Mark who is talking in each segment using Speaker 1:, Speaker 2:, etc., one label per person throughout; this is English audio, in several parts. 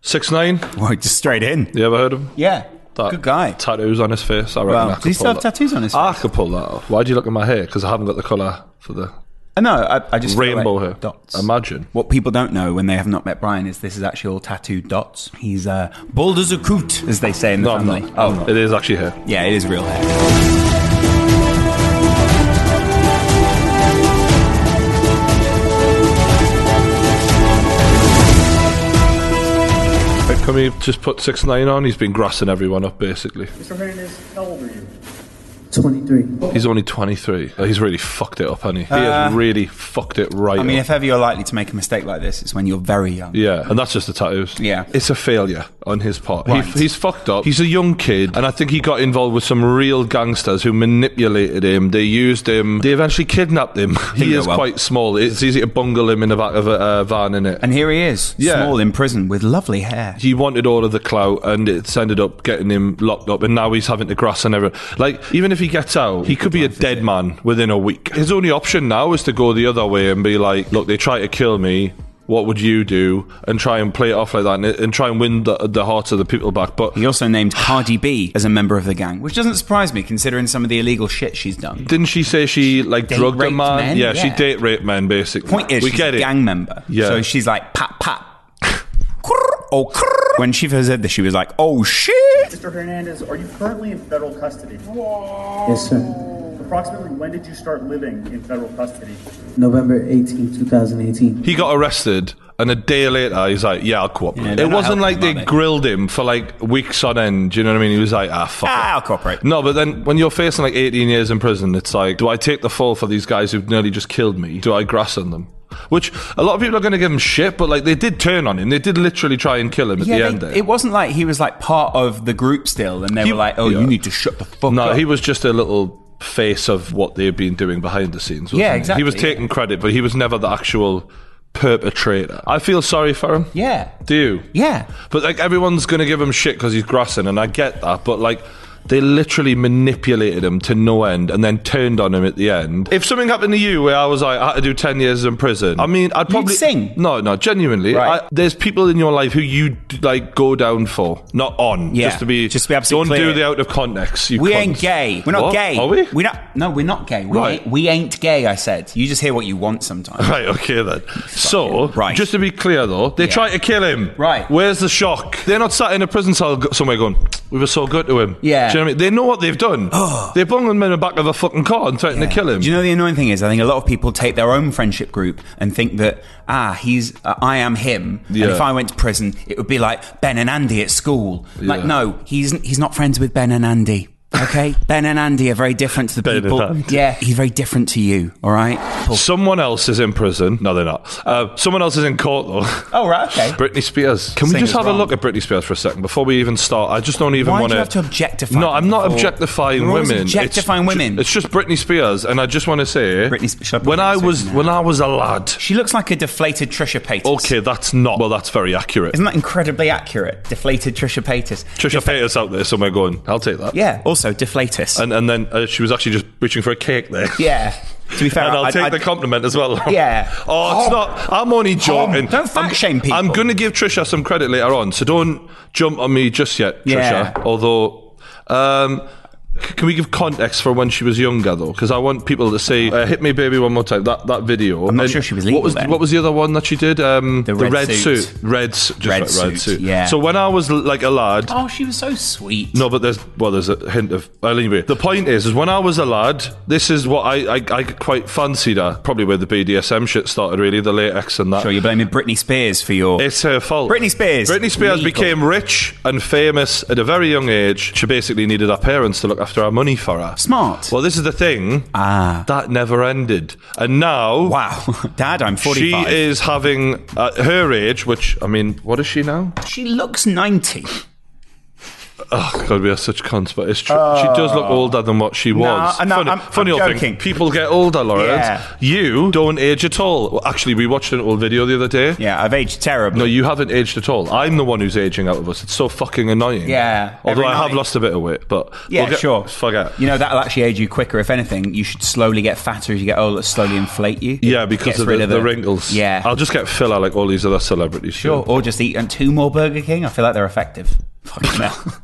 Speaker 1: Six nine.
Speaker 2: Right, just straight in.
Speaker 1: You ever heard of him?
Speaker 2: Yeah.
Speaker 1: That
Speaker 2: Good guy.
Speaker 1: Tattoos on his face. I reckon
Speaker 2: Wow.
Speaker 1: I
Speaker 2: Does
Speaker 1: could
Speaker 2: he still
Speaker 1: pull Ah.
Speaker 2: have
Speaker 1: that-
Speaker 2: tattoos on his
Speaker 1: I could pull that off. Why do you look at my hair? Because I haven't got the colour for the
Speaker 2: Uh, No, I, I just feel
Speaker 1: rainbow
Speaker 2: like
Speaker 1: hair.
Speaker 2: dots.
Speaker 1: Imagine.
Speaker 2: What people don't know when they have not met Brian is this is actually all tattooed dots. He's uh, bold as a coot, as they say in the
Speaker 1: No, I'm
Speaker 2: family.
Speaker 1: not.
Speaker 2: Oh,
Speaker 1: It is actually hair.
Speaker 2: yeah, it is real hair.
Speaker 1: Can we just put six nine on? He's been grassing everyone up basically.
Speaker 3: Mr. Hernandez, how old are you?
Speaker 4: 23.
Speaker 1: He's only 23. He's really fucked it up, hasn't he? He has really fucked it right
Speaker 2: Uh, I mean,
Speaker 1: up.
Speaker 2: if ever you're likely to make a mistake like this, it's when you're very young.
Speaker 1: yeah, and that's just the tattoos.
Speaker 2: Yeah.
Speaker 1: It's a failure on his part.
Speaker 2: Right.
Speaker 1: He, he's fucked up. He's a young kid, and I think he got involved with some real gangsters who manipulated him. They used him. They eventually kidnapped him.
Speaker 2: Didn't
Speaker 1: He
Speaker 2: go
Speaker 1: is
Speaker 2: well.
Speaker 1: quite small. It's easy to bungle him in the back of a uh, van, is it?
Speaker 2: And here he is,
Speaker 1: Yeah.
Speaker 2: small in prison with lovely hair.
Speaker 1: he wanted all of the clout and it's ended up getting him locked up and now he's having to grass and everything. Like, even if he gets out, he could be a dead man within a week. His only option now is to go the other way and be like, look, they try to kill me. What would you do? And try and play it off like that and, and try and win the, the hearts of the people back. But
Speaker 2: He also named Cardi B as a member of the gang, which doesn't surprise me considering some of the illegal shit she's done.
Speaker 1: didn't she say she like
Speaker 2: Date
Speaker 1: drugged a
Speaker 2: raped
Speaker 1: man?
Speaker 2: men?
Speaker 1: Yeah, she
Speaker 2: Yeah.
Speaker 1: date raped men basically.
Speaker 2: Point is,
Speaker 1: we
Speaker 2: she's
Speaker 1: get
Speaker 2: a
Speaker 1: it.
Speaker 2: gang member.
Speaker 1: Yeah.
Speaker 2: So she's like, pap, pap. Crrr, oh, crrr. When she first said this, she was like, oh, shit.
Speaker 3: Mr. Hernandez, are you currently in federal custody?
Speaker 4: Yes, sir.
Speaker 3: Approximately when did you start living in federal custody?
Speaker 4: November 18, 2018.
Speaker 1: he got arrested and a day later he's like yeah i'll
Speaker 2: Yeah,
Speaker 1: cooperate
Speaker 2: they're
Speaker 1: it
Speaker 2: not
Speaker 1: wasn't
Speaker 2: helping
Speaker 1: like
Speaker 2: him,
Speaker 1: they
Speaker 2: are they?
Speaker 1: grilled him for like weeks on end do you know what i mean he was like ah fuck
Speaker 2: Ah,
Speaker 1: it.
Speaker 2: I'll cooperate.
Speaker 1: no but then when you're facing like 18 years in prison it's like do i take the fall for these guys who've nearly just killed me do i grass on them which a lot of people are going to give him shit but like they did turn on him they did literally try and kill him at the
Speaker 2: Yeah,
Speaker 1: end
Speaker 2: they,
Speaker 1: there
Speaker 2: it wasn't like he was like part of the group still, and they
Speaker 1: He-
Speaker 2: were like, "Oh,
Speaker 1: yeah.
Speaker 2: you need to shut the fuck
Speaker 1: no
Speaker 2: up."
Speaker 1: he was just a little face of what they've been doing behind the scenes wasn't
Speaker 2: Yeah,
Speaker 1: he?
Speaker 2: exactly,
Speaker 1: he was
Speaker 2: yeah.
Speaker 1: taking credit but he was never the actual perpetrator i feel sorry for him
Speaker 2: yeah,
Speaker 1: do you
Speaker 2: yeah.
Speaker 1: But like everyone's going to give him shit because he's grassing, and I get that. But like, they literally manipulated him to no end, and then turned on him at the end. If something happened to you where I was like, I had to do ten years in prison, I mean, I'd probably
Speaker 2: sing.
Speaker 1: No, no, genuinely,
Speaker 2: Right.
Speaker 1: I, there's people in your life who you d- like go down for, not on.
Speaker 2: Yeah,
Speaker 1: just to be,
Speaker 2: just to be
Speaker 1: Don't
Speaker 2: absolutely clear.
Speaker 1: do the out of context. You
Speaker 2: We
Speaker 1: cunts.
Speaker 2: ain't gay. We're not
Speaker 1: What?
Speaker 2: gay.
Speaker 1: Are we?
Speaker 2: We not. No, we're not gay. We,
Speaker 1: Right.
Speaker 2: ain't, we ain't gay. I said. You just hear what you want sometimes.
Speaker 1: Right, okay then. So,
Speaker 2: right.
Speaker 1: just to be clear though, they
Speaker 2: Yeah.
Speaker 1: try to kill him.
Speaker 2: Right.
Speaker 1: Where's the shock? They're not sat in a prison cell go- somewhere going, we were so good to him.
Speaker 2: Yeah.
Speaker 1: Do you know what I mean? They know what they've done. they bung him in the back of a fucking car and threaten to kill him.
Speaker 2: Do you know the annoying thing is? I think a lot of people take their own friendship group and think that ah, he's uh, I am him.
Speaker 1: Yeah.
Speaker 2: And if I went to prison, it would be like Ben and Andy at school. Like
Speaker 1: Yeah.
Speaker 2: no, he's he's not friends with Ben and Andy. Okay, Ben and Andy are very different to the
Speaker 1: Ben and
Speaker 2: people.
Speaker 1: Andy.
Speaker 2: Yeah, he's very different to you. All right. Paul.
Speaker 1: Someone else is in prison. No, they're not. Uh, someone else is in court though.
Speaker 2: Oh right. Okay.
Speaker 1: Britney Spears. Can we
Speaker 2: Singer's
Speaker 1: just have
Speaker 2: wrong.
Speaker 1: a look at Britney Spears for a second before we even start? I just don't even
Speaker 2: Why
Speaker 1: want
Speaker 2: do you have to objectify?
Speaker 1: No, I'm
Speaker 2: them
Speaker 1: not
Speaker 2: before-
Speaker 1: objectifying
Speaker 2: You're always
Speaker 1: women. It's
Speaker 2: Objectifying
Speaker 1: ju-
Speaker 2: women.
Speaker 1: it's just Britney Spears, and I just want to say,
Speaker 2: Britney Spe- shall I put
Speaker 1: when
Speaker 2: Britney
Speaker 1: I
Speaker 2: Spears
Speaker 1: was
Speaker 2: in there?
Speaker 1: when I was a lad,
Speaker 2: She looks like a deflated Trisha Paytas.
Speaker 1: Okay, that's not. Well, that's very accurate.
Speaker 2: Isn't that incredibly accurate? Deflated Trisha Paytas.
Speaker 1: Trisha Paytas out there somewhere going, I'll take that.
Speaker 2: Yeah. Also, deflatus.
Speaker 1: And and then uh, she was actually just reaching for a cake there.
Speaker 2: yeah. To be fair,
Speaker 1: And I'll
Speaker 2: I-
Speaker 1: take
Speaker 2: I-
Speaker 1: the compliment as well.
Speaker 2: Yeah.
Speaker 1: Oh, it's not. I'm only joking.
Speaker 2: Don't fact
Speaker 1: I'm,
Speaker 2: shame people.
Speaker 1: I'm going to give Trisha some credit later on, so don't jump on me just yet,
Speaker 2: Yeah.
Speaker 1: Trisha. Although, um, c- can we give context for when she was younger though? Because I want people to say, uh, "Hit me, baby, one more time." That that video. I'm
Speaker 2: not sure she was legal
Speaker 1: What was
Speaker 2: then.
Speaker 1: what was the other one that she did? Um,
Speaker 2: The red suit.
Speaker 1: Red, s- just
Speaker 2: Red
Speaker 1: right, red
Speaker 2: suit,
Speaker 1: suit.
Speaker 2: yeah.
Speaker 1: So when I was l- like a lad,
Speaker 2: Oh, she was so sweet.
Speaker 1: no, but there's well, there's a hint of. Well, anyway, the point is, is when I was a lad, this is what I I, I quite fancied her. Probably where the BDSM shit started, really, the latex and that.
Speaker 2: Sure, you're blaming Britney Spears for your.
Speaker 1: It's her fault.
Speaker 2: Britney Spears.
Speaker 1: Britney Spears
Speaker 2: Legal.
Speaker 1: became rich and famous at a very young age. She basically needed her parents to look after her money for her.
Speaker 2: Smart.
Speaker 1: Well, this is the thing. Ah. That never ended, and now.
Speaker 2: wow. Dad, I'm 45.
Speaker 1: She is having uh, at her age, which I mean, what is she now?
Speaker 2: She looks 90.
Speaker 1: Oh God, we are such cons, but it's true. she does look older than what she was.
Speaker 2: uh, no,
Speaker 1: funny
Speaker 2: Oh. I'm-
Speaker 1: funny
Speaker 2: I'm
Speaker 1: old
Speaker 2: joking.
Speaker 1: thing. People get older, Lawrence.
Speaker 2: Yeah.
Speaker 1: You don't age at all. Well, actually, we watched an old video the other day.
Speaker 2: Yeah, I've aged terribly.
Speaker 1: No, you haven't aged at all. I'm the one who's aging out of us. It's so fucking annoying.
Speaker 2: Yeah,
Speaker 1: Although
Speaker 2: every
Speaker 1: I have
Speaker 2: night.
Speaker 1: lost a bit of weight, but
Speaker 2: yeah,
Speaker 1: we'll get-
Speaker 2: sure.
Speaker 1: Forget.
Speaker 2: You know that'll actually age you quicker. If anything, you should slowly get fatter as you get older. Slowly inflate you. It
Speaker 1: Yeah, because
Speaker 2: gets
Speaker 1: of
Speaker 2: rid
Speaker 1: the, the
Speaker 2: it.
Speaker 1: wrinkles.
Speaker 2: Yeah,
Speaker 1: I'll just get filler like all these other celebrities. do.
Speaker 2: sure. Or just eat and two more Burger King. I feel like they're effective. Fucking hell.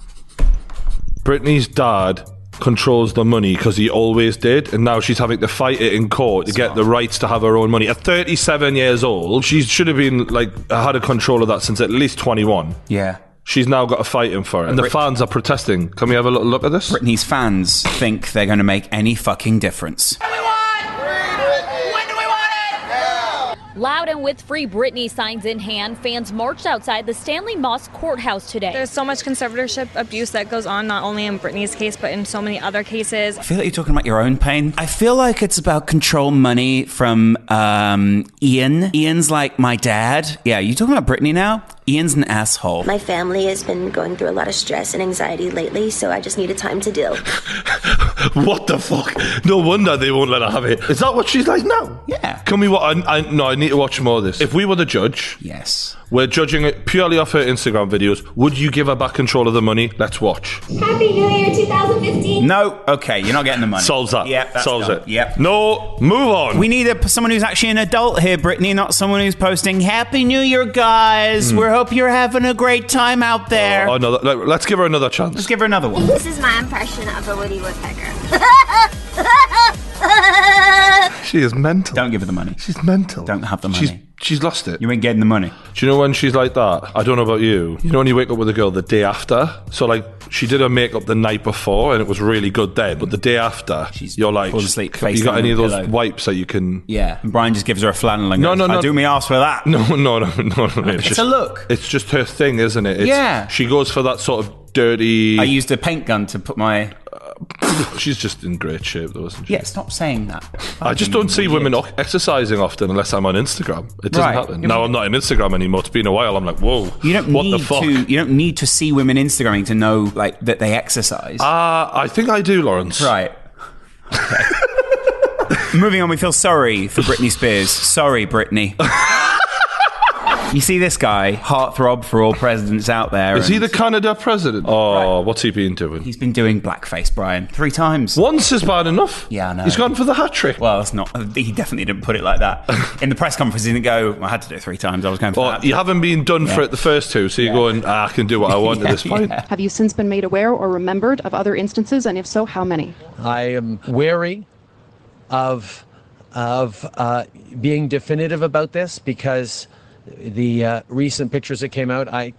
Speaker 1: Britney's dad controls the money because he always did, and now she's having to fight it in court to get the rights to have her own money. At 37 years old, she should have been like had a control of that since at least 21.
Speaker 2: yeah.
Speaker 1: She's now got to fight him for it, and the fans are protesting. Can we have a little look at this?
Speaker 2: Britney's fans think they're going to make any fucking difference.
Speaker 5: we want? When do we want it?
Speaker 6: Loud and with Free Britney signs in hand, fans marched outside the Stanley Moss Courthouse today.
Speaker 7: There's so much conservatorship abuse that goes on, not only in Britney's case, but in so many other cases.
Speaker 2: I feel like you're talking about your own pain. I feel like it's about control money from um, Ian. Ian's like my dad. Yeah, you talking about Britney now? Ian's an asshole.
Speaker 8: My family has been going through a lot of stress and anxiety lately, so I just needed time to deal.
Speaker 1: What the fuck? No wonder they won't let her have it. Is that what she's like now?
Speaker 2: Yeah.
Speaker 1: Can we? Wa- I, I, no, I need to watch more of this. If we were the judge,
Speaker 2: yes.
Speaker 1: we're judging it purely off her Instagram videos. Would you give her back control of the money? Let's watch.
Speaker 9: Happy New Year 2015.
Speaker 2: No. Okay, you're not getting the money.
Speaker 1: Solves that.
Speaker 2: Yep. that's
Speaker 1: Solves
Speaker 2: done.
Speaker 1: it.
Speaker 2: Yep.
Speaker 1: No, move on.
Speaker 2: We need a, someone who's actually an adult here, Brittany, not someone who's posting "Happy New Year, guys." We hope you're having a great time out there.
Speaker 1: Hmm. Oh, another, let- let's give her another chance.
Speaker 2: Let's give her another one.
Speaker 9: This is my impression of a Woody Woodpecker.
Speaker 1: she is mental.
Speaker 2: Don't give her the money.
Speaker 1: She's mental.
Speaker 2: Don't have the
Speaker 1: She's,
Speaker 2: money.
Speaker 1: she's lost it.
Speaker 2: You ain't getting the money.
Speaker 1: Do you know when she's like that? I don't know about you. You know when you wake up with a girl the day after? So, like, she did her makeup the night before and it was really good then. But the day after,
Speaker 2: She's
Speaker 1: you're like,
Speaker 2: falls asleep, face
Speaker 1: you got
Speaker 2: down
Speaker 1: any of
Speaker 2: on the
Speaker 1: those
Speaker 2: pillow."
Speaker 1: wipes that you can.
Speaker 2: Yeah. And Brian just gives her a flannel and
Speaker 1: No,
Speaker 2: goes,
Speaker 1: no,
Speaker 2: I
Speaker 1: no.
Speaker 2: do me ass for that.
Speaker 1: No, no, no, no, no. It's,
Speaker 2: It's a look.
Speaker 1: It's just her thing, isn't it? It's,
Speaker 2: Yeah.
Speaker 1: She goes for that sort of dirty.
Speaker 2: I used a paint gun to put my.
Speaker 1: she's just in great shape, though, isn't she?
Speaker 2: Yeah, stop saying that.
Speaker 1: I just don't see women o- exercising often unless I'm on Instagram. It doesn't
Speaker 2: Right.
Speaker 1: happen. Now I'm not on Instagram anymore. It's been a while. I'm like, whoa.
Speaker 2: You don't
Speaker 1: what
Speaker 2: need
Speaker 1: the fuck?
Speaker 2: to. You don't need to see women Instagramming to know like that they exercise.
Speaker 1: Uh, I think I do, Lawrence.
Speaker 2: right. Okay. Moving on, we feel sorry for Britney Spears. Sorry, Britney. you see this guy, heartthrob for all presidents out there.
Speaker 1: Is he
Speaker 2: and
Speaker 1: the Canada president? Oh, what's he been doing?
Speaker 2: He's been doing blackface, Brian, three times.
Speaker 1: Once is bad enough.
Speaker 2: Yeah, I know.
Speaker 1: He's gone for the hat trick.
Speaker 2: Well, that's not. He definitely didn't put it like that. In the press conference, he didn't go. I had to do it three times. I was going for
Speaker 1: Well,
Speaker 2: that.
Speaker 1: you haven't been done for it the first two, so you're going, ah, I can do what I want at this point.
Speaker 10: Have you since been made aware or remembered of other instances, and if so, how many?
Speaker 11: I am wary of of uh, being definitive about this because the uh, recent pictures that came out, I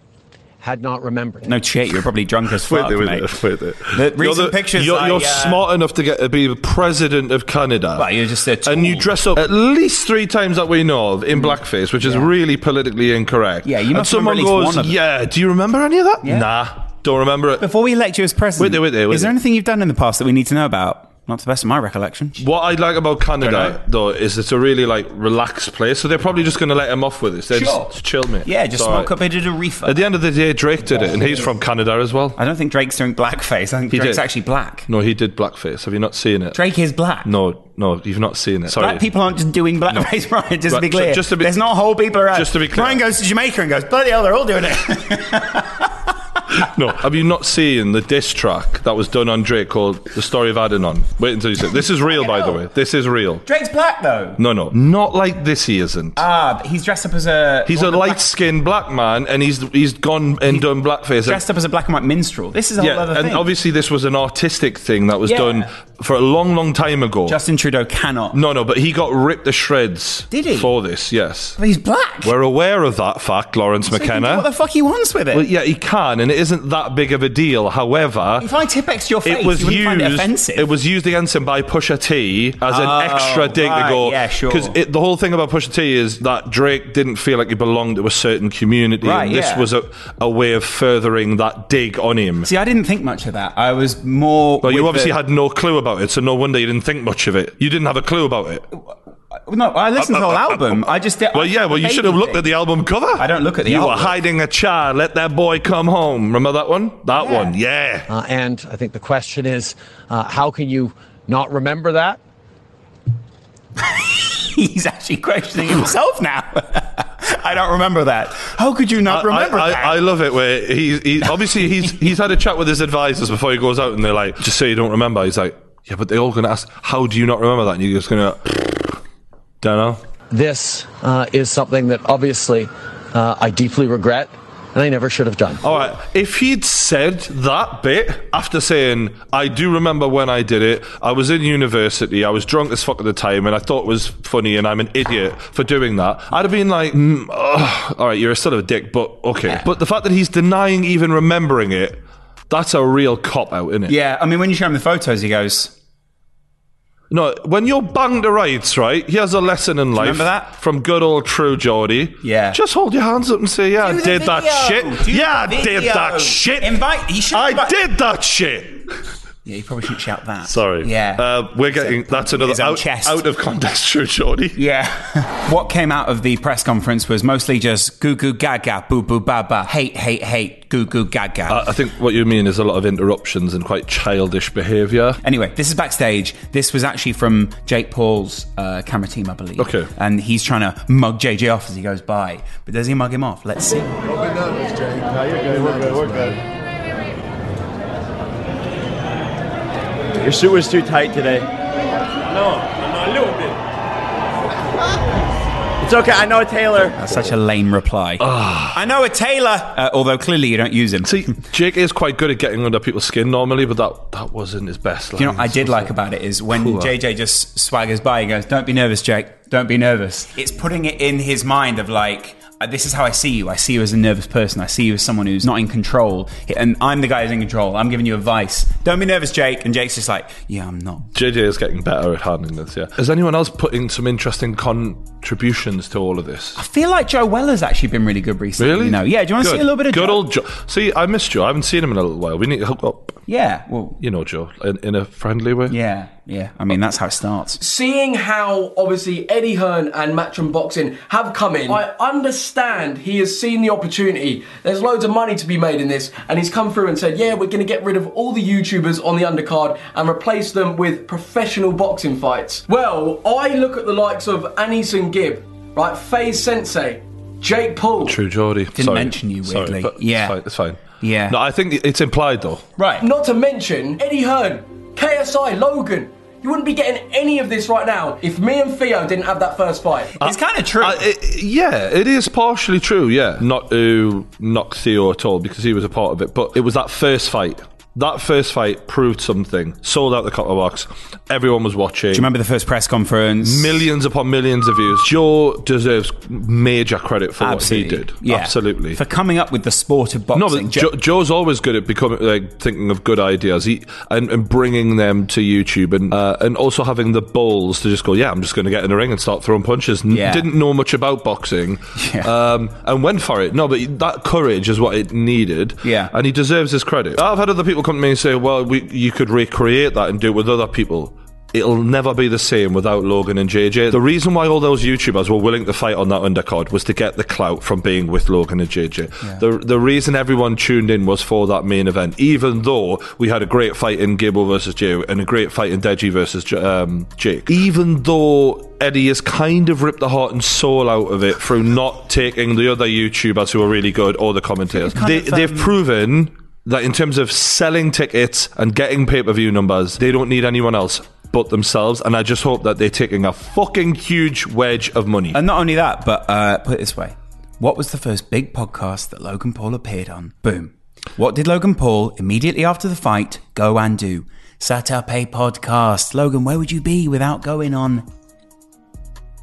Speaker 11: had not remembered.
Speaker 2: No shit, you're probably drunk as
Speaker 1: Wait
Speaker 2: fuck,
Speaker 1: there, wait
Speaker 2: mate.
Speaker 1: there, wait there.
Speaker 2: The
Speaker 1: the-
Speaker 2: recent pictures.
Speaker 1: You're,
Speaker 2: I,
Speaker 1: you're
Speaker 2: uh,
Speaker 1: smart enough to get to be the president of Canada.
Speaker 2: Well, you're just a tool.
Speaker 1: and you dress up at least three times that we know of in blackface, which is really politically incorrect.
Speaker 2: Mm. Yeah, you
Speaker 1: and
Speaker 2: must remember
Speaker 1: someone
Speaker 2: at
Speaker 1: goes,
Speaker 2: least one of them.
Speaker 1: "Yeah, do you remember any of that?
Speaker 2: Yeah.
Speaker 1: Nah, don't remember it."
Speaker 2: Before we elect you as president,
Speaker 1: Wait there, wait there, wait
Speaker 2: is there
Speaker 1: there.
Speaker 2: anything you've done in the past that we need to know about? Not to the best of my recollection.
Speaker 1: What I like about Canada though is it's a really like relaxed place, so they're probably just going to let him off with this. They're
Speaker 2: Sure.
Speaker 1: just chill, mate.
Speaker 2: Yeah, just
Speaker 1: It's all
Speaker 2: smoke a bit of a reefer.
Speaker 1: At the end of the day, Drake did it, and he's from Canada as well.
Speaker 2: I don't think Drake's doing blackface. I think
Speaker 1: He
Speaker 2: Drake's
Speaker 1: did.
Speaker 2: actually black.
Speaker 1: No, he did blackface. Have you not seen it?
Speaker 2: Drake is black.
Speaker 1: No, no, you've not seen it. Sorry.
Speaker 2: Black people aren't just doing blackface, right? Just to
Speaker 1: Right, so
Speaker 2: be clear.
Speaker 1: just to be-
Speaker 2: There's not whole people around.
Speaker 1: Just to be clear.
Speaker 2: Brian goes to Jamaica and goes, bloody hell, they're all doing it.
Speaker 1: No, have you not seen the diss track that was done on Drake called "The Story of Adenon"? Wait until you see. it. This is real, by the way. This is real.
Speaker 2: Drake's black, though.
Speaker 1: No, no, not like this. He isn't.
Speaker 2: Ah, but he's dressed up as a.
Speaker 1: He's a light-skinned black man, and he's he's gone and done blackface.
Speaker 2: Dressed up as a black and white minstrel. This is a whole
Speaker 1: yeah,
Speaker 2: other
Speaker 1: and
Speaker 2: thing.
Speaker 1: obviously this was an artistic thing that was
Speaker 2: Yeah.
Speaker 1: done for a long, long time ago.
Speaker 2: Justin Trudeau cannot.
Speaker 1: no, no, but he got ripped to shreds.
Speaker 2: Did he?
Speaker 1: for this? Yes.
Speaker 2: But he's black.
Speaker 1: We're aware of that fact, Lawrence
Speaker 2: So he can do
Speaker 1: McKenna.
Speaker 2: What the fuck he wants with it?
Speaker 1: well, yeah, he can, and it isn't that big of a deal. However,
Speaker 2: if I Tipex your face,
Speaker 1: it was
Speaker 2: you
Speaker 1: used.
Speaker 2: wouldn't find it offensive.
Speaker 1: was used against him by Pusha T as
Speaker 2: Oh,
Speaker 1: an extra dig
Speaker 2: right,
Speaker 1: to go.
Speaker 2: yeah, sure.
Speaker 1: Because the whole thing about Pusha T is that Drake didn't feel like he belonged to a certain community.
Speaker 2: Right,
Speaker 1: and this
Speaker 2: yeah.
Speaker 1: was a, a way of furthering that dig on him.
Speaker 2: See, I didn't think much of that. I was more.
Speaker 1: But you
Speaker 2: with
Speaker 1: obviously
Speaker 2: the-
Speaker 1: had no clue about it, so no wonder you didn't think much of it. You didn't have a clue about it.
Speaker 2: No, I listened to the whole album. I just did.
Speaker 1: Well, yeah, well, you should have looked at the album cover. I
Speaker 2: don't look at the
Speaker 1: you
Speaker 2: album.
Speaker 1: were hiding a child. Let that boy come home. Remember that one? That one, yeah.
Speaker 11: Uh, and I think the question is, uh, how can you not remember that?
Speaker 2: He's actually questioning himself now. I don't remember that. How could you not remember
Speaker 1: I, I,
Speaker 2: that?
Speaker 1: I love it. Where he, he obviously he's he's had a chat with his advisors before he goes out, and they're like, "Just say you don't remember." He's like, "Yeah, but they're all going to ask, how do you not remember that?" And you're just going to, don't know.
Speaker 11: This uh, is something that obviously uh, I deeply regret and I never should have done.
Speaker 1: All right. If he'd said that bit after saying, I do remember when I did it, I was in university, I was drunk as fuck at the time, and I thought it was funny, and I'm an idiot for doing that, I'd have been like, mm, ugh, all right, you're a son of a dick, but okay. But the fact that he's denying even remembering it, that's a real cop out, isn't it?
Speaker 2: yeah, I mean, when you show him the photos, he goes,
Speaker 1: No, when you're banged to rights, right? Here's a lesson in life.
Speaker 2: remember that?
Speaker 1: From good old true Geordie.
Speaker 2: Yeah.
Speaker 1: Just hold your hands up and say, Yeah,
Speaker 2: Do
Speaker 1: I
Speaker 2: the
Speaker 1: did that
Speaker 2: video.
Speaker 1: shit.
Speaker 2: Do
Speaker 1: yeah,
Speaker 2: the
Speaker 1: I did
Speaker 2: video.
Speaker 1: that shit.
Speaker 2: Invite- he should
Speaker 1: I
Speaker 2: invite-
Speaker 1: did that shit.
Speaker 2: "Yeah, you probably shouldn't shout that."
Speaker 1: Sorry.
Speaker 2: Yeah.
Speaker 1: Uh, we're getting that's another
Speaker 2: his own
Speaker 1: out,
Speaker 2: chest.
Speaker 1: out of context, true Geordie.
Speaker 2: yeah. what came out of the press conference was mostly just goo goo gaga, boo boo ba ba, hate hate hate, goo goo gaga.
Speaker 1: Uh, I I think what you mean is a lot of interruptions and quite childish behaviour.
Speaker 2: Anyway, this is backstage. This was actually from Jake Paul's uh, camera team, I believe.
Speaker 1: Okay.
Speaker 2: And he's trying to mug JJ off as he goes by. But does he mug him off? Let's see.
Speaker 12: Your suit was too tight today. It's okay. I know a tailor.
Speaker 2: That's such a lame reply. I know a tailor. Uh, although clearly you don't use him.
Speaker 1: Ah. See, Jake is quite good at getting under people's skin normally, but that, that wasn't his best.
Speaker 2: Do you know
Speaker 1: line.
Speaker 2: what I did like about it is when
Speaker 1: Cool.
Speaker 2: JJ just swaggers by, he goes, "Don't be nervous, Jake. Don't be nervous." It's putting it in his mind of like. uh, This is how I see you. I see you as a nervous person. I see you as someone who's not in control. And I'm the guy who's in control. I'm giving you advice. Don't be nervous, Jake. And Jake's just like, yeah, I'm not.
Speaker 1: JJ is getting better at handling this. Yeah. Is anyone else putting some interesting contributions to all of this?
Speaker 2: I feel like Joe Weller's actually been really good recently.
Speaker 1: Really?
Speaker 2: You know? Yeah, do you want to see
Speaker 1: Good.
Speaker 2: a little bit of
Speaker 1: good
Speaker 2: Joe?
Speaker 1: old Joe? See, I missed Joe. I haven't seen him in a little while. We need to hook up.
Speaker 2: Yeah, well,
Speaker 1: You know, Joe, in, in a friendly way.
Speaker 2: yeah, yeah. I mean, that's how it starts.
Speaker 13: Seeing how obviously Eddie Hearn and Matchroom Boxing have come in, I understand he has seen the opportunity. There's loads of money to be made in this, and he's come through and said, "Yeah, we're going to get rid of all the YouTubers on the undercard and replace them with professional boxing fights." Well, I look at the likes of Anis and Gibb, right? FaZe Sensei, Jake Paul.
Speaker 1: True, Geordie.
Speaker 2: Didn't
Speaker 1: Sorry.
Speaker 2: mention you
Speaker 1: Sorry,
Speaker 2: weirdly.
Speaker 1: but
Speaker 2: Yeah.
Speaker 1: it's fine. It's fine.
Speaker 2: Yeah.
Speaker 1: No, I think it's implied though.
Speaker 2: Right.
Speaker 13: Not to mention Eddie Hearn, KSI, Logan. You wouldn't be getting any of this right now if me and Theo didn't have that first fight.
Speaker 2: It's kind of true.
Speaker 1: Uh, it, yeah, it is partially true. Yeah, not to knock Theo at all because he was a part of it, but it was that first fight. That first fight proved something. Sold out the copper box. Everyone was watching.
Speaker 2: do you remember the first press conference?
Speaker 1: Millions upon millions of views. Joe deserves major credit for
Speaker 2: Absolutely.
Speaker 1: what he did.
Speaker 2: Yeah.
Speaker 1: Absolutely.
Speaker 2: For coming up with the sport of boxing.
Speaker 1: No, but
Speaker 2: Jo-
Speaker 1: jo- Joe's always good at becoming like thinking of good ideas he, and, and bringing them to YouTube and uh, and also having the balls to just go, yeah, I'm just going to get in the ring and start throwing punches. N-
Speaker 2: Yeah.
Speaker 1: Didn't know much about boxing,
Speaker 2: Yeah.
Speaker 1: um, and went for it. No, but that courage is what it needed.
Speaker 2: Yeah.
Speaker 1: and he deserves his credit. I've had other people come to me and say, well, we, you could recreate that and do it with other people. It'll never be the same without Logan and JJ. The reason why all those YouTubers were willing to fight on that undercard was to get the clout from being with Logan and JJ. The the reason everyone tuned in was for that main event, even though we had a great fight in Gable versus Jay and a great fight in Deji versus J- um, Jake. Even though Eddie has kind of ripped the heart and soul out of it through not taking the other YouTubers who are really good or the commentators, they, they've proven that in terms of selling tickets and getting pay per view numbers, they don't need anyone else but themselves. And I just hope that they're taking a fucking huge wedge of money.
Speaker 2: and not only that, but uh, put it this way. What was the first big podcast that Logan Paul appeared on? Boom. What did Logan Paul immediately after the fight go and do? Sat up a podcast. Logan, where would you be without going on?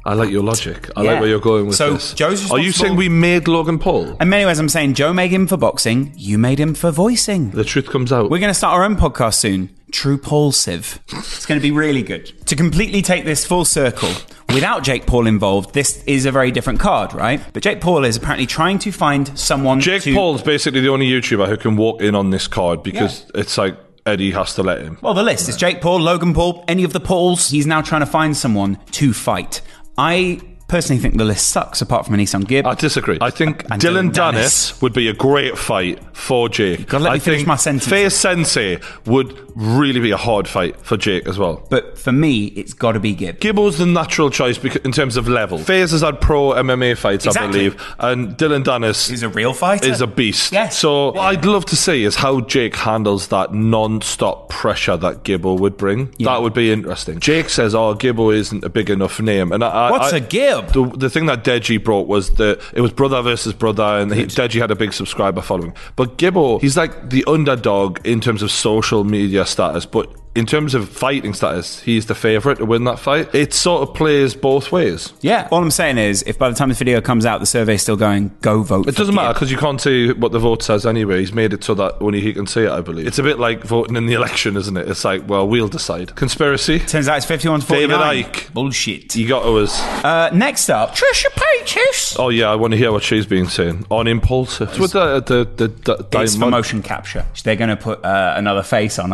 Speaker 1: I like your logic. I
Speaker 2: Yeah.
Speaker 1: like where you're going with
Speaker 2: So,
Speaker 1: this.
Speaker 2: Joe's
Speaker 1: Are you saying
Speaker 2: responsible-
Speaker 1: we made Logan Paul?
Speaker 2: In many ways, I'm saying Joe made him for boxing. You made him for voicing.
Speaker 1: The truth comes out.
Speaker 2: We're going to start our own podcast soon, True Paul Sieve. It's going to be really good. To completely take this full circle, without Jake Paul involved, this is a very different card, right? But Jake Paul is apparently trying to find someone
Speaker 1: Jake
Speaker 2: to-
Speaker 1: Paul's basically the only YouTuber who can walk in on this card because it's like Eddie has to let him.
Speaker 2: Well, the list is Jake Paul, Logan Paul, any of the Pauls. He's now trying to find someone to fight. I personally think the list sucks, apart from an Isan Gibb. I
Speaker 1: disagree. I think Dylan Dennis would be a great fight for Jake.
Speaker 2: God, let
Speaker 1: I
Speaker 2: me finish
Speaker 1: think
Speaker 2: my sentence.
Speaker 1: Fair Sensei would really be a hard fight for Jake as well.
Speaker 2: But for me, it's got to be Gibb.
Speaker 1: Gibb was the natural choice becau- in terms of level. Fair's has had pro MMA fights, I
Speaker 2: Exactly.
Speaker 1: believe, and Dylan Dennis is
Speaker 2: a real fighter.
Speaker 1: Is a beast. Yes. So what I'd love to see is how Jake handles that non-stop pressure that Gibbo would bring. That would be interesting. Jake says, "Oh, Gibbo isn't a big enough name," and I, I,
Speaker 2: What's
Speaker 1: I-
Speaker 2: a Gibb?
Speaker 1: The, the thing that Deji brought was that it was brother versus brother, and he, Deji had a big subscriber following. But Gibbo, he's like the underdog in terms of social media status, but in terms of fighting status, he's the favourite to win that fight. It sort of plays both ways.
Speaker 2: Yeah. All I'm saying is, if by the time this video comes out, the survey's still going, go vote.
Speaker 1: It doesn't matter because you can't see what the vote says anyway. He's made it so that only he can see it, I believe. It's a bit like voting in the election, isn't it? It's like, well, we'll decide. Conspiracy.
Speaker 2: Turns out it's 51 to
Speaker 1: David
Speaker 2: 49.
Speaker 1: Icke.
Speaker 2: Bullshit.
Speaker 1: You got to us.
Speaker 2: Uh, next up, Trisha Paytas.
Speaker 1: Oh, yeah, I want to hear what she's been saying. On impulse. It's with the, the, the, the
Speaker 2: It's for
Speaker 1: diamond-
Speaker 2: motion capture. They're going to put uh, another face on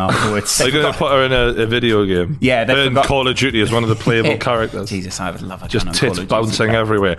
Speaker 2: afterwards.
Speaker 1: They're going to put her in a, a video game.
Speaker 2: Yeah, they
Speaker 1: Her in
Speaker 2: forgot-
Speaker 1: Call of Duty is one of the playable characters.
Speaker 2: Jesus, I would love a gun
Speaker 1: Just
Speaker 2: on Call
Speaker 1: tits
Speaker 2: of Duty.
Speaker 1: bouncing everywhere.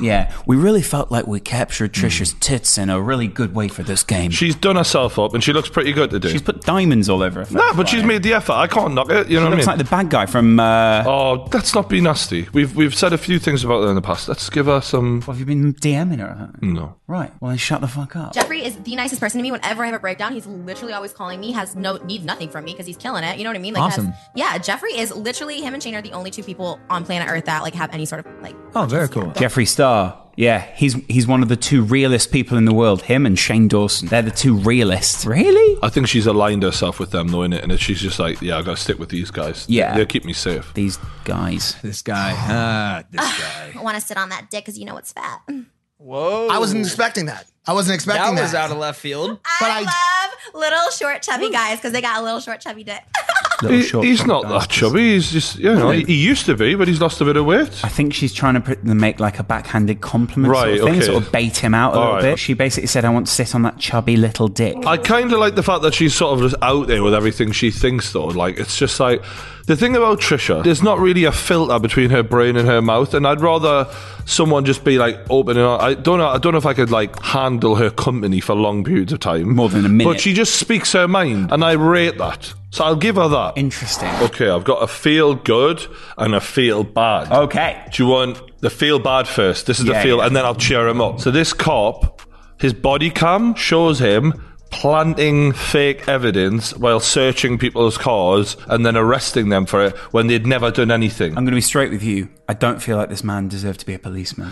Speaker 2: Yeah, we really felt like we captured Trisha's tits in a really good way for this game.
Speaker 1: She's done herself up and she looks pretty good today.
Speaker 2: She's put diamonds all over her face.
Speaker 1: Nah, but she's made the effort. I can't knock it. You know
Speaker 2: She
Speaker 1: what I mean?
Speaker 2: looks like the bad guy from. Uh,
Speaker 1: Oh, let's not be nasty. We've we've said a few things about her in the past. Let's give her some.
Speaker 2: Have you been DMing her?
Speaker 1: No.
Speaker 2: Right. Well, then shut the fuck up.
Speaker 14: Jeffrey is the nicest person to me. Whenever I have a breakdown, he's literally always calling me. Has no needs nothing from me because he's killing it. You know what I mean? has-
Speaker 15: Awesome.
Speaker 14: yeah, Jeffrey is literally him and Shane are the only two people on planet Earth that like have any sort of like.
Speaker 15: Oh, very cool.
Speaker 2: Jeffree Star. Yeah, he's he's one of the two realest people in the world. Him and Shane Dawson. They're the two realists. Really?
Speaker 1: I think she's aligned herself with them, though, innit? And she's just like, yeah, I gotta stick with these guys.
Speaker 2: Yeah.
Speaker 1: They'll keep me safe.
Speaker 2: These guys.
Speaker 15: This guy. Ah, this guy.
Speaker 9: I want to sit on that dick because you know it's fat.
Speaker 15: Whoa. I wasn't expecting that. I wasn't expecting that.
Speaker 9: was
Speaker 15: out of left field.
Speaker 9: I, love little short chubby guys because they got a little short chubby dick.
Speaker 1: He- he's not that chubby. He's just, you know, he, he used to be, but he's lost a bit of weight.
Speaker 2: I think she's trying to put, make like a backhanded compliment
Speaker 1: Right,
Speaker 2: sort of thing,
Speaker 1: okay.
Speaker 2: sort of bait him out a
Speaker 1: All
Speaker 2: little
Speaker 1: right.
Speaker 2: bit. She basically said, "I want to sit on that chubby little dick."
Speaker 1: I kind of like the fact that she's sort of just out there with everything she thinks, though. Like, it's just like the thing about Trisha, there's not really a filter between her brain and her mouth, and I'd rather someone just be like open and hon- I don't know. I don't know if I could like handle her company for long periods of time, more
Speaker 2: than a minute.
Speaker 1: But she just speaks her mind, and I rate that. So I'll give her that.
Speaker 2: Interesting.
Speaker 1: Okay, I've got a feel good and a feel bad.
Speaker 2: Okay.
Speaker 1: Do you want the feel bad first? This is the
Speaker 2: Yeah,
Speaker 1: feel,
Speaker 2: yeah.
Speaker 1: and then I'll cheer him up. So this cop, his body cam shows him planting fake evidence while searching people's cars and then arresting them for it when they'd never done anything.
Speaker 2: I'm going to be straight with you. I don't feel like this man deserved to be a policeman.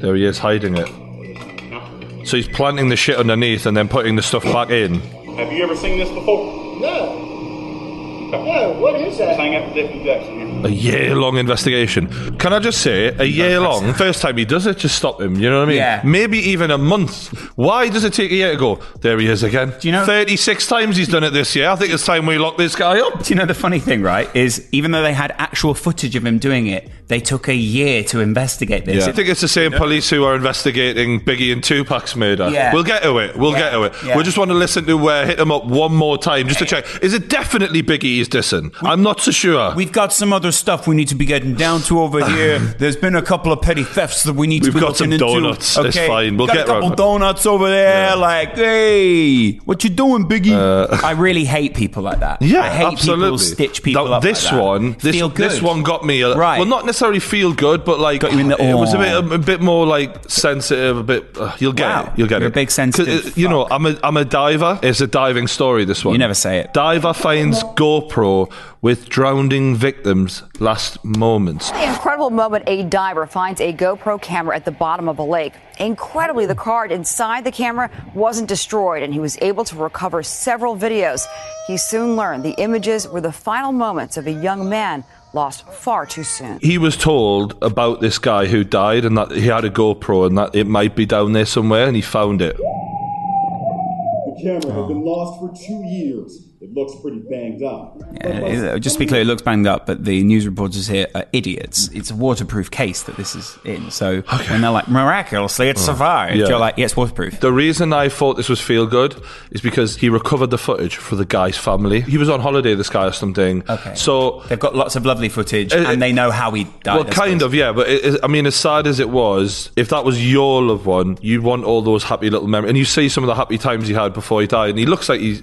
Speaker 1: There he is hiding it. So he's planting the shit underneath and then putting the stuff back in.
Speaker 16: Have you ever seen this before?
Speaker 17: No. No, what is that?
Speaker 16: Hang out with Deputy Jackson here.
Speaker 1: A year long investigation. Can I just say, a year long, first time he does it, just stop him. You know what I mean?
Speaker 2: Yeah.
Speaker 1: Maybe even a month. Why does it take a year to go? There he is again. Do you know? 36 times he's done it this year. I think it's time we lock this guy up.
Speaker 2: Do you know the funny thing, right? Is even though they had actual footage of him doing it, they took a year to investigate this.
Speaker 1: I think it's the same police who are investigating Biggie and Tupac's murder.
Speaker 2: Yeah.
Speaker 1: We'll get to it. We'll get to it.
Speaker 2: Yeah.
Speaker 1: We just want to listen to uh, Hit 'em Up one more time just to check. Is it definitely Biggie he's dissing? I'm not so sure.
Speaker 2: We've got some other stuff we need to be getting down to over here. There's been a couple of petty thefts that we need
Speaker 1: We've
Speaker 2: to be
Speaker 1: got some
Speaker 2: looking into.
Speaker 1: donuts. It's fine. We'll
Speaker 2: got
Speaker 1: get
Speaker 2: a couple
Speaker 1: round it.
Speaker 2: donuts over there. Like, hey, what you doing, Biggie? I really hate people like that.
Speaker 1: Uh, Yeah,
Speaker 2: I hate
Speaker 1: absolutely.
Speaker 2: people stitch people
Speaker 1: Now,
Speaker 2: up.
Speaker 1: This
Speaker 2: like that.
Speaker 1: one, this,
Speaker 2: Feel good.
Speaker 1: this one got me a,
Speaker 2: Right.
Speaker 1: Well, not necessarily feel good, but like got you in
Speaker 2: the
Speaker 1: It was a
Speaker 2: awe.
Speaker 1: bit, a, bit more like sensitive. A bit. Uh, you'll get
Speaker 2: Wow.
Speaker 1: it. You'll get
Speaker 2: You're
Speaker 1: it.
Speaker 2: a big
Speaker 1: 'Cause,
Speaker 2: sensitive
Speaker 1: uh, you know, I'm a I'm a diver. It's a diving story. This one.
Speaker 2: You never say it.
Speaker 1: Diver finds GoPro with drowning victims' last moments.
Speaker 18: An incredible moment a diver finds a GoPro camera at the bottom of a lake. Incredibly, the card inside the camera wasn't destroyed, and he was able to recover several videos. He soon learned the images were the final moments of a young man lost far too soon.
Speaker 1: He was told about this guy who died and that he had a GoPro and that it might be down there somewhere, and he found it.
Speaker 19: The camera had been lost for two years.
Speaker 17: It looks pretty banged up.
Speaker 2: Uh, just to be clear, it looks banged up, but the news reporters here are idiots. It's a waterproof case that this is in. So when they're like, miraculously, it survived,
Speaker 1: Mm. Yeah.
Speaker 2: you're like, yeah, it's waterproof.
Speaker 1: The reason I thought this was feel good is because he recovered the footage for the guy's family. He was on holiday, this guy or something. Okay. So
Speaker 2: they've got lots of lovely footage, and they know how he died.
Speaker 1: Uh, Well,
Speaker 2: I
Speaker 1: kind of, yeah. But it, it- I mean, as sad as it was, if that was your loved one, you'd want all those happy little memories, and you see some of the happy times he had before he died, and he looks like he's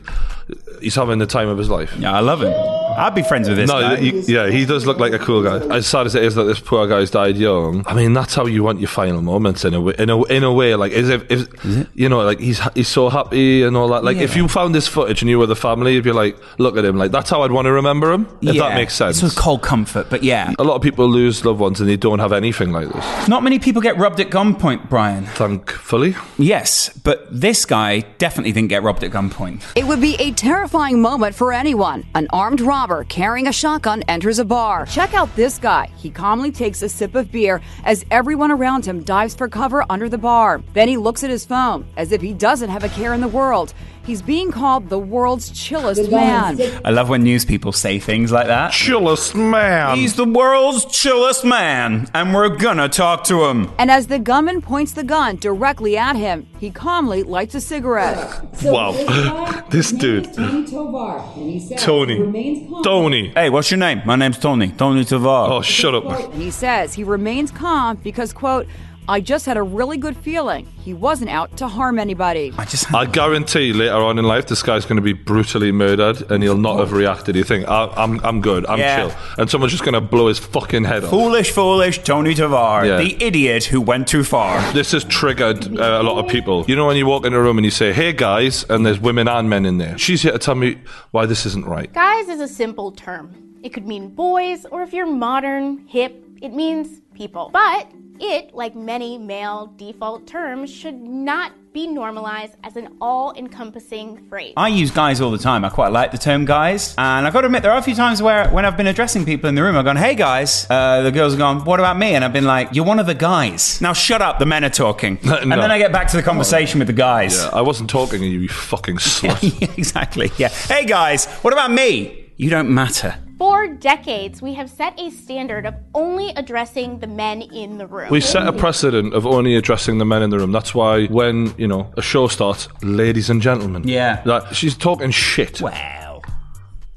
Speaker 1: he's having the time of his life.
Speaker 2: Yeah, I love him. I'd be friends with this
Speaker 1: No,
Speaker 2: guy.
Speaker 1: you- yeah, he does look like a cool guy. As sad as it is that this poor guy's died young, I mean, that's how you want your final moments in a way. In a, in a way, like as if, if you know, like he's ha- he's so happy and all that. Like if
Speaker 2: Yeah.
Speaker 1: you found this footage and you were the family, you'd be like, look at him. Like that's how I'd want to remember him. If
Speaker 2: Yeah,
Speaker 1: that makes sense.
Speaker 2: It's a cold comfort, but yeah.
Speaker 1: A lot of people lose loved ones and they don't have anything like this.
Speaker 2: Not many people get robbed at gunpoint, Brian.
Speaker 1: Thankfully.
Speaker 2: Yes, but this guy definitely didn't get robbed at gunpoint.
Speaker 18: It would be a terrifying moment for anyone. An armed robber carrying a shotgun enters a bar. Check out this guy. He calmly takes a sip of beer as everyone around him dives for cover under the bar. Then he looks at his phone as if he doesn't have a care in the world. He's being called the world's chillest man.
Speaker 2: I love when news people say things like that.
Speaker 1: Chillest man.
Speaker 2: He's the world's chillest man, and we're gonna talk to him.
Speaker 18: And as the gunman points the gun directly at him, he calmly lights a cigarette.
Speaker 1: wow. this dude.
Speaker 18: Tovar, and he says,
Speaker 1: Tony.
Speaker 2: Hey, what's your name? My name's Tony. Tony Tavar.
Speaker 1: Oh, shut up.
Speaker 18: And he says he remains calm because, quote, I just had a really good feeling he wasn't out to harm anybody.
Speaker 1: Oh, I guarantee later on in life this guy's going to be brutally murdered and he'll not have reacted. You think I, I'm I'm good, I'm
Speaker 2: Yeah.
Speaker 1: chill, and someone's just going to blow his fucking head off.
Speaker 2: Foolish, foolish Tony Tavar,
Speaker 1: Yeah.
Speaker 2: the idiot who went too far.
Speaker 1: This has triggered uh, a lot of people. You know when you walk in a room and you say, "Hey guys," and there's women and men in there. She's here to tell me why this isn't right.
Speaker 19: Guys is a simple term. It could mean boys, or if you're modern, hip, it means people. But it, like many male default terms, should not be normalized as an all encompassing phrase.
Speaker 2: I use guys all the time. I quite like the term guys. And I've got to admit, there are a few times where when I've been addressing people in the room, I've gone, hey guys. Uh, the girls have gone, what about me? And I've been like, you're one of the guys. Now shut up, the men are talking. And then I get back to the conversation with the guys.
Speaker 1: Yeah, I wasn't talking to you, you fucking slut.
Speaker 2: exactly. Yeah. Hey guys, what about me? You don't matter.
Speaker 19: For decades, we have set a standard of only addressing the men in the room.
Speaker 1: We set a precedent of only addressing the men in the room. That's why when you know a show starts, ladies and gentlemen,
Speaker 2: Yeah.
Speaker 1: like, she's talking shit.
Speaker 2: Wow.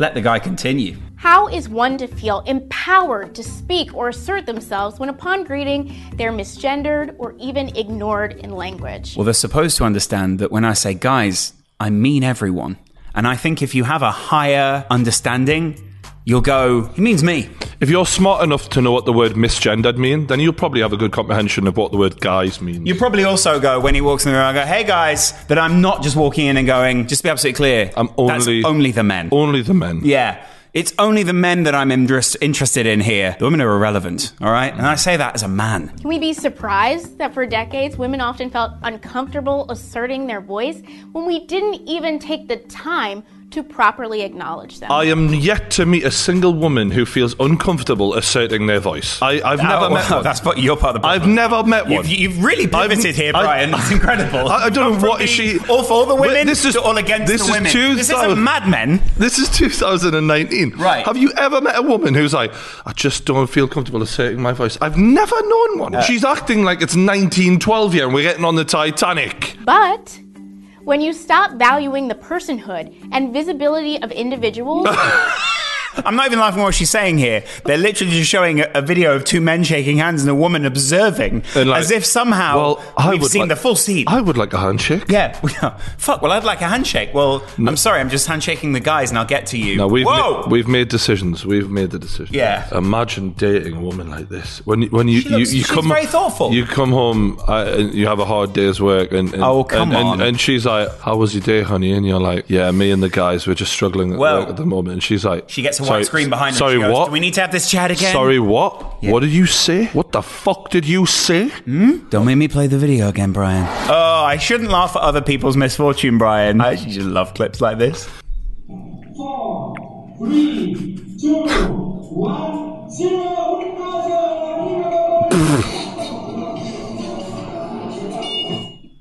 Speaker 2: Let the guy continue.
Speaker 19: How is one to feel empowered to speak or assert themselves when, upon greeting, they're misgendered or even ignored in language?
Speaker 2: Well, they're supposed to understand that when I say guys, I mean everyone. And I think if you have a higher understanding, you'll go, he means me.
Speaker 1: If you're smart enough to know what the word misgendered mean, then you'll probably have a good comprehension of what the word guys mean.
Speaker 2: You probably also go, when he walks in the room, I go, hey guys, that I'm not just walking in and going, just to be absolutely clear. I'm
Speaker 1: only-
Speaker 2: That's only the men.
Speaker 1: Only the men.
Speaker 2: Yeah. It's only the men that I'm interest, interested in here. The women are irrelevant, all right? And I say that as a man.
Speaker 19: Can we be surprised that for decades women often felt uncomfortable asserting their voice when we didn't even take the time to properly acknowledge them?
Speaker 1: I am yet to meet a single woman who feels uncomfortable asserting their voice. I, I've
Speaker 2: Oh,
Speaker 1: never met
Speaker 2: wow,
Speaker 1: one.
Speaker 2: That's part, your part of the
Speaker 1: I've never met one.
Speaker 2: You've, you've really pivoted here,
Speaker 1: I-
Speaker 2: Brian. That's incredible.
Speaker 1: I, I don't know what is she.
Speaker 2: All for the
Speaker 1: But
Speaker 2: women. This is all against
Speaker 1: This
Speaker 2: the women.
Speaker 1: is 2000,
Speaker 2: this isn't Mad Men.
Speaker 1: This is 2019. Right. Have you ever met a woman who's like, I just don't feel comfortable asserting my voice? I've never known one.
Speaker 19: Uh,
Speaker 1: She's acting like it's 1912 here and we're getting on the Titanic.
Speaker 19: But when you stop valuing the personhood and visibility of individuals,
Speaker 2: I'm not even laughing at what she's saying here. They're literally just showing a, a video of two men shaking hands and a woman observing, as if somehow we've seen the. full scene.
Speaker 1: I would like a handshake.
Speaker 2: Yeah. we are. Fuck. Well, I'd like a handshake. Well, I'm sorry. I'm just handshaking the guys, and I'll get to you.
Speaker 1: No, we've
Speaker 2: Whoa.
Speaker 1: ma- we've made decisions. We've made the decision.
Speaker 2: Yeah.
Speaker 1: Imagine dating a woman like this. When you- when you
Speaker 2: She looks-
Speaker 1: you, you
Speaker 2: she's
Speaker 1: come
Speaker 2: very thoughtful.
Speaker 1: You come home uh, and you have a hard day's work and, and
Speaker 2: Oh, come
Speaker 1: and, and-
Speaker 2: on.
Speaker 1: And, she's like, "How was your day, honey?" And you're like, "Yeah, me and the guys were just struggling at
Speaker 2: Well,
Speaker 1: work at the moment." And she's like,
Speaker 2: she gets a
Speaker 1: "Sorry-
Speaker 2: white screen behind her.
Speaker 1: Sorry,
Speaker 2: she goes,
Speaker 1: what?
Speaker 2: Do we need to have this chat again?
Speaker 1: Sorry, what? What did you say? What the fuck did you say?
Speaker 2: Don't make me play the video again, Brian. Oh, I shouldn't laugh at other people's misfortune, Brian. I actually just love clips like this.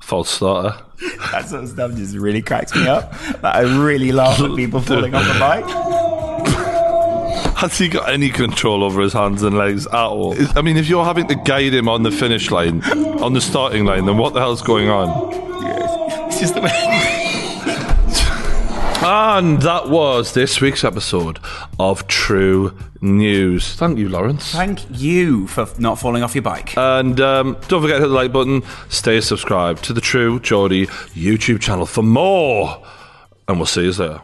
Speaker 1: False starter.
Speaker 2: That sort of stuff just really cracks me up. Like, I really laugh at people falling off the bike.
Speaker 1: Has he got any control over his hands and legs at all? Is- I mean, if you're having to guide him on the finish line, on the starting line, then what the hell's going on?
Speaker 2: It's just the way.
Speaker 1: And that was this week's episode of True News. Thank you, Lawrence.
Speaker 2: Thank you for not falling off your bike.
Speaker 1: And um, don't forget to hit the like button, stay subscribed to the True Geordie YouTube channel for more. And we'll see you there.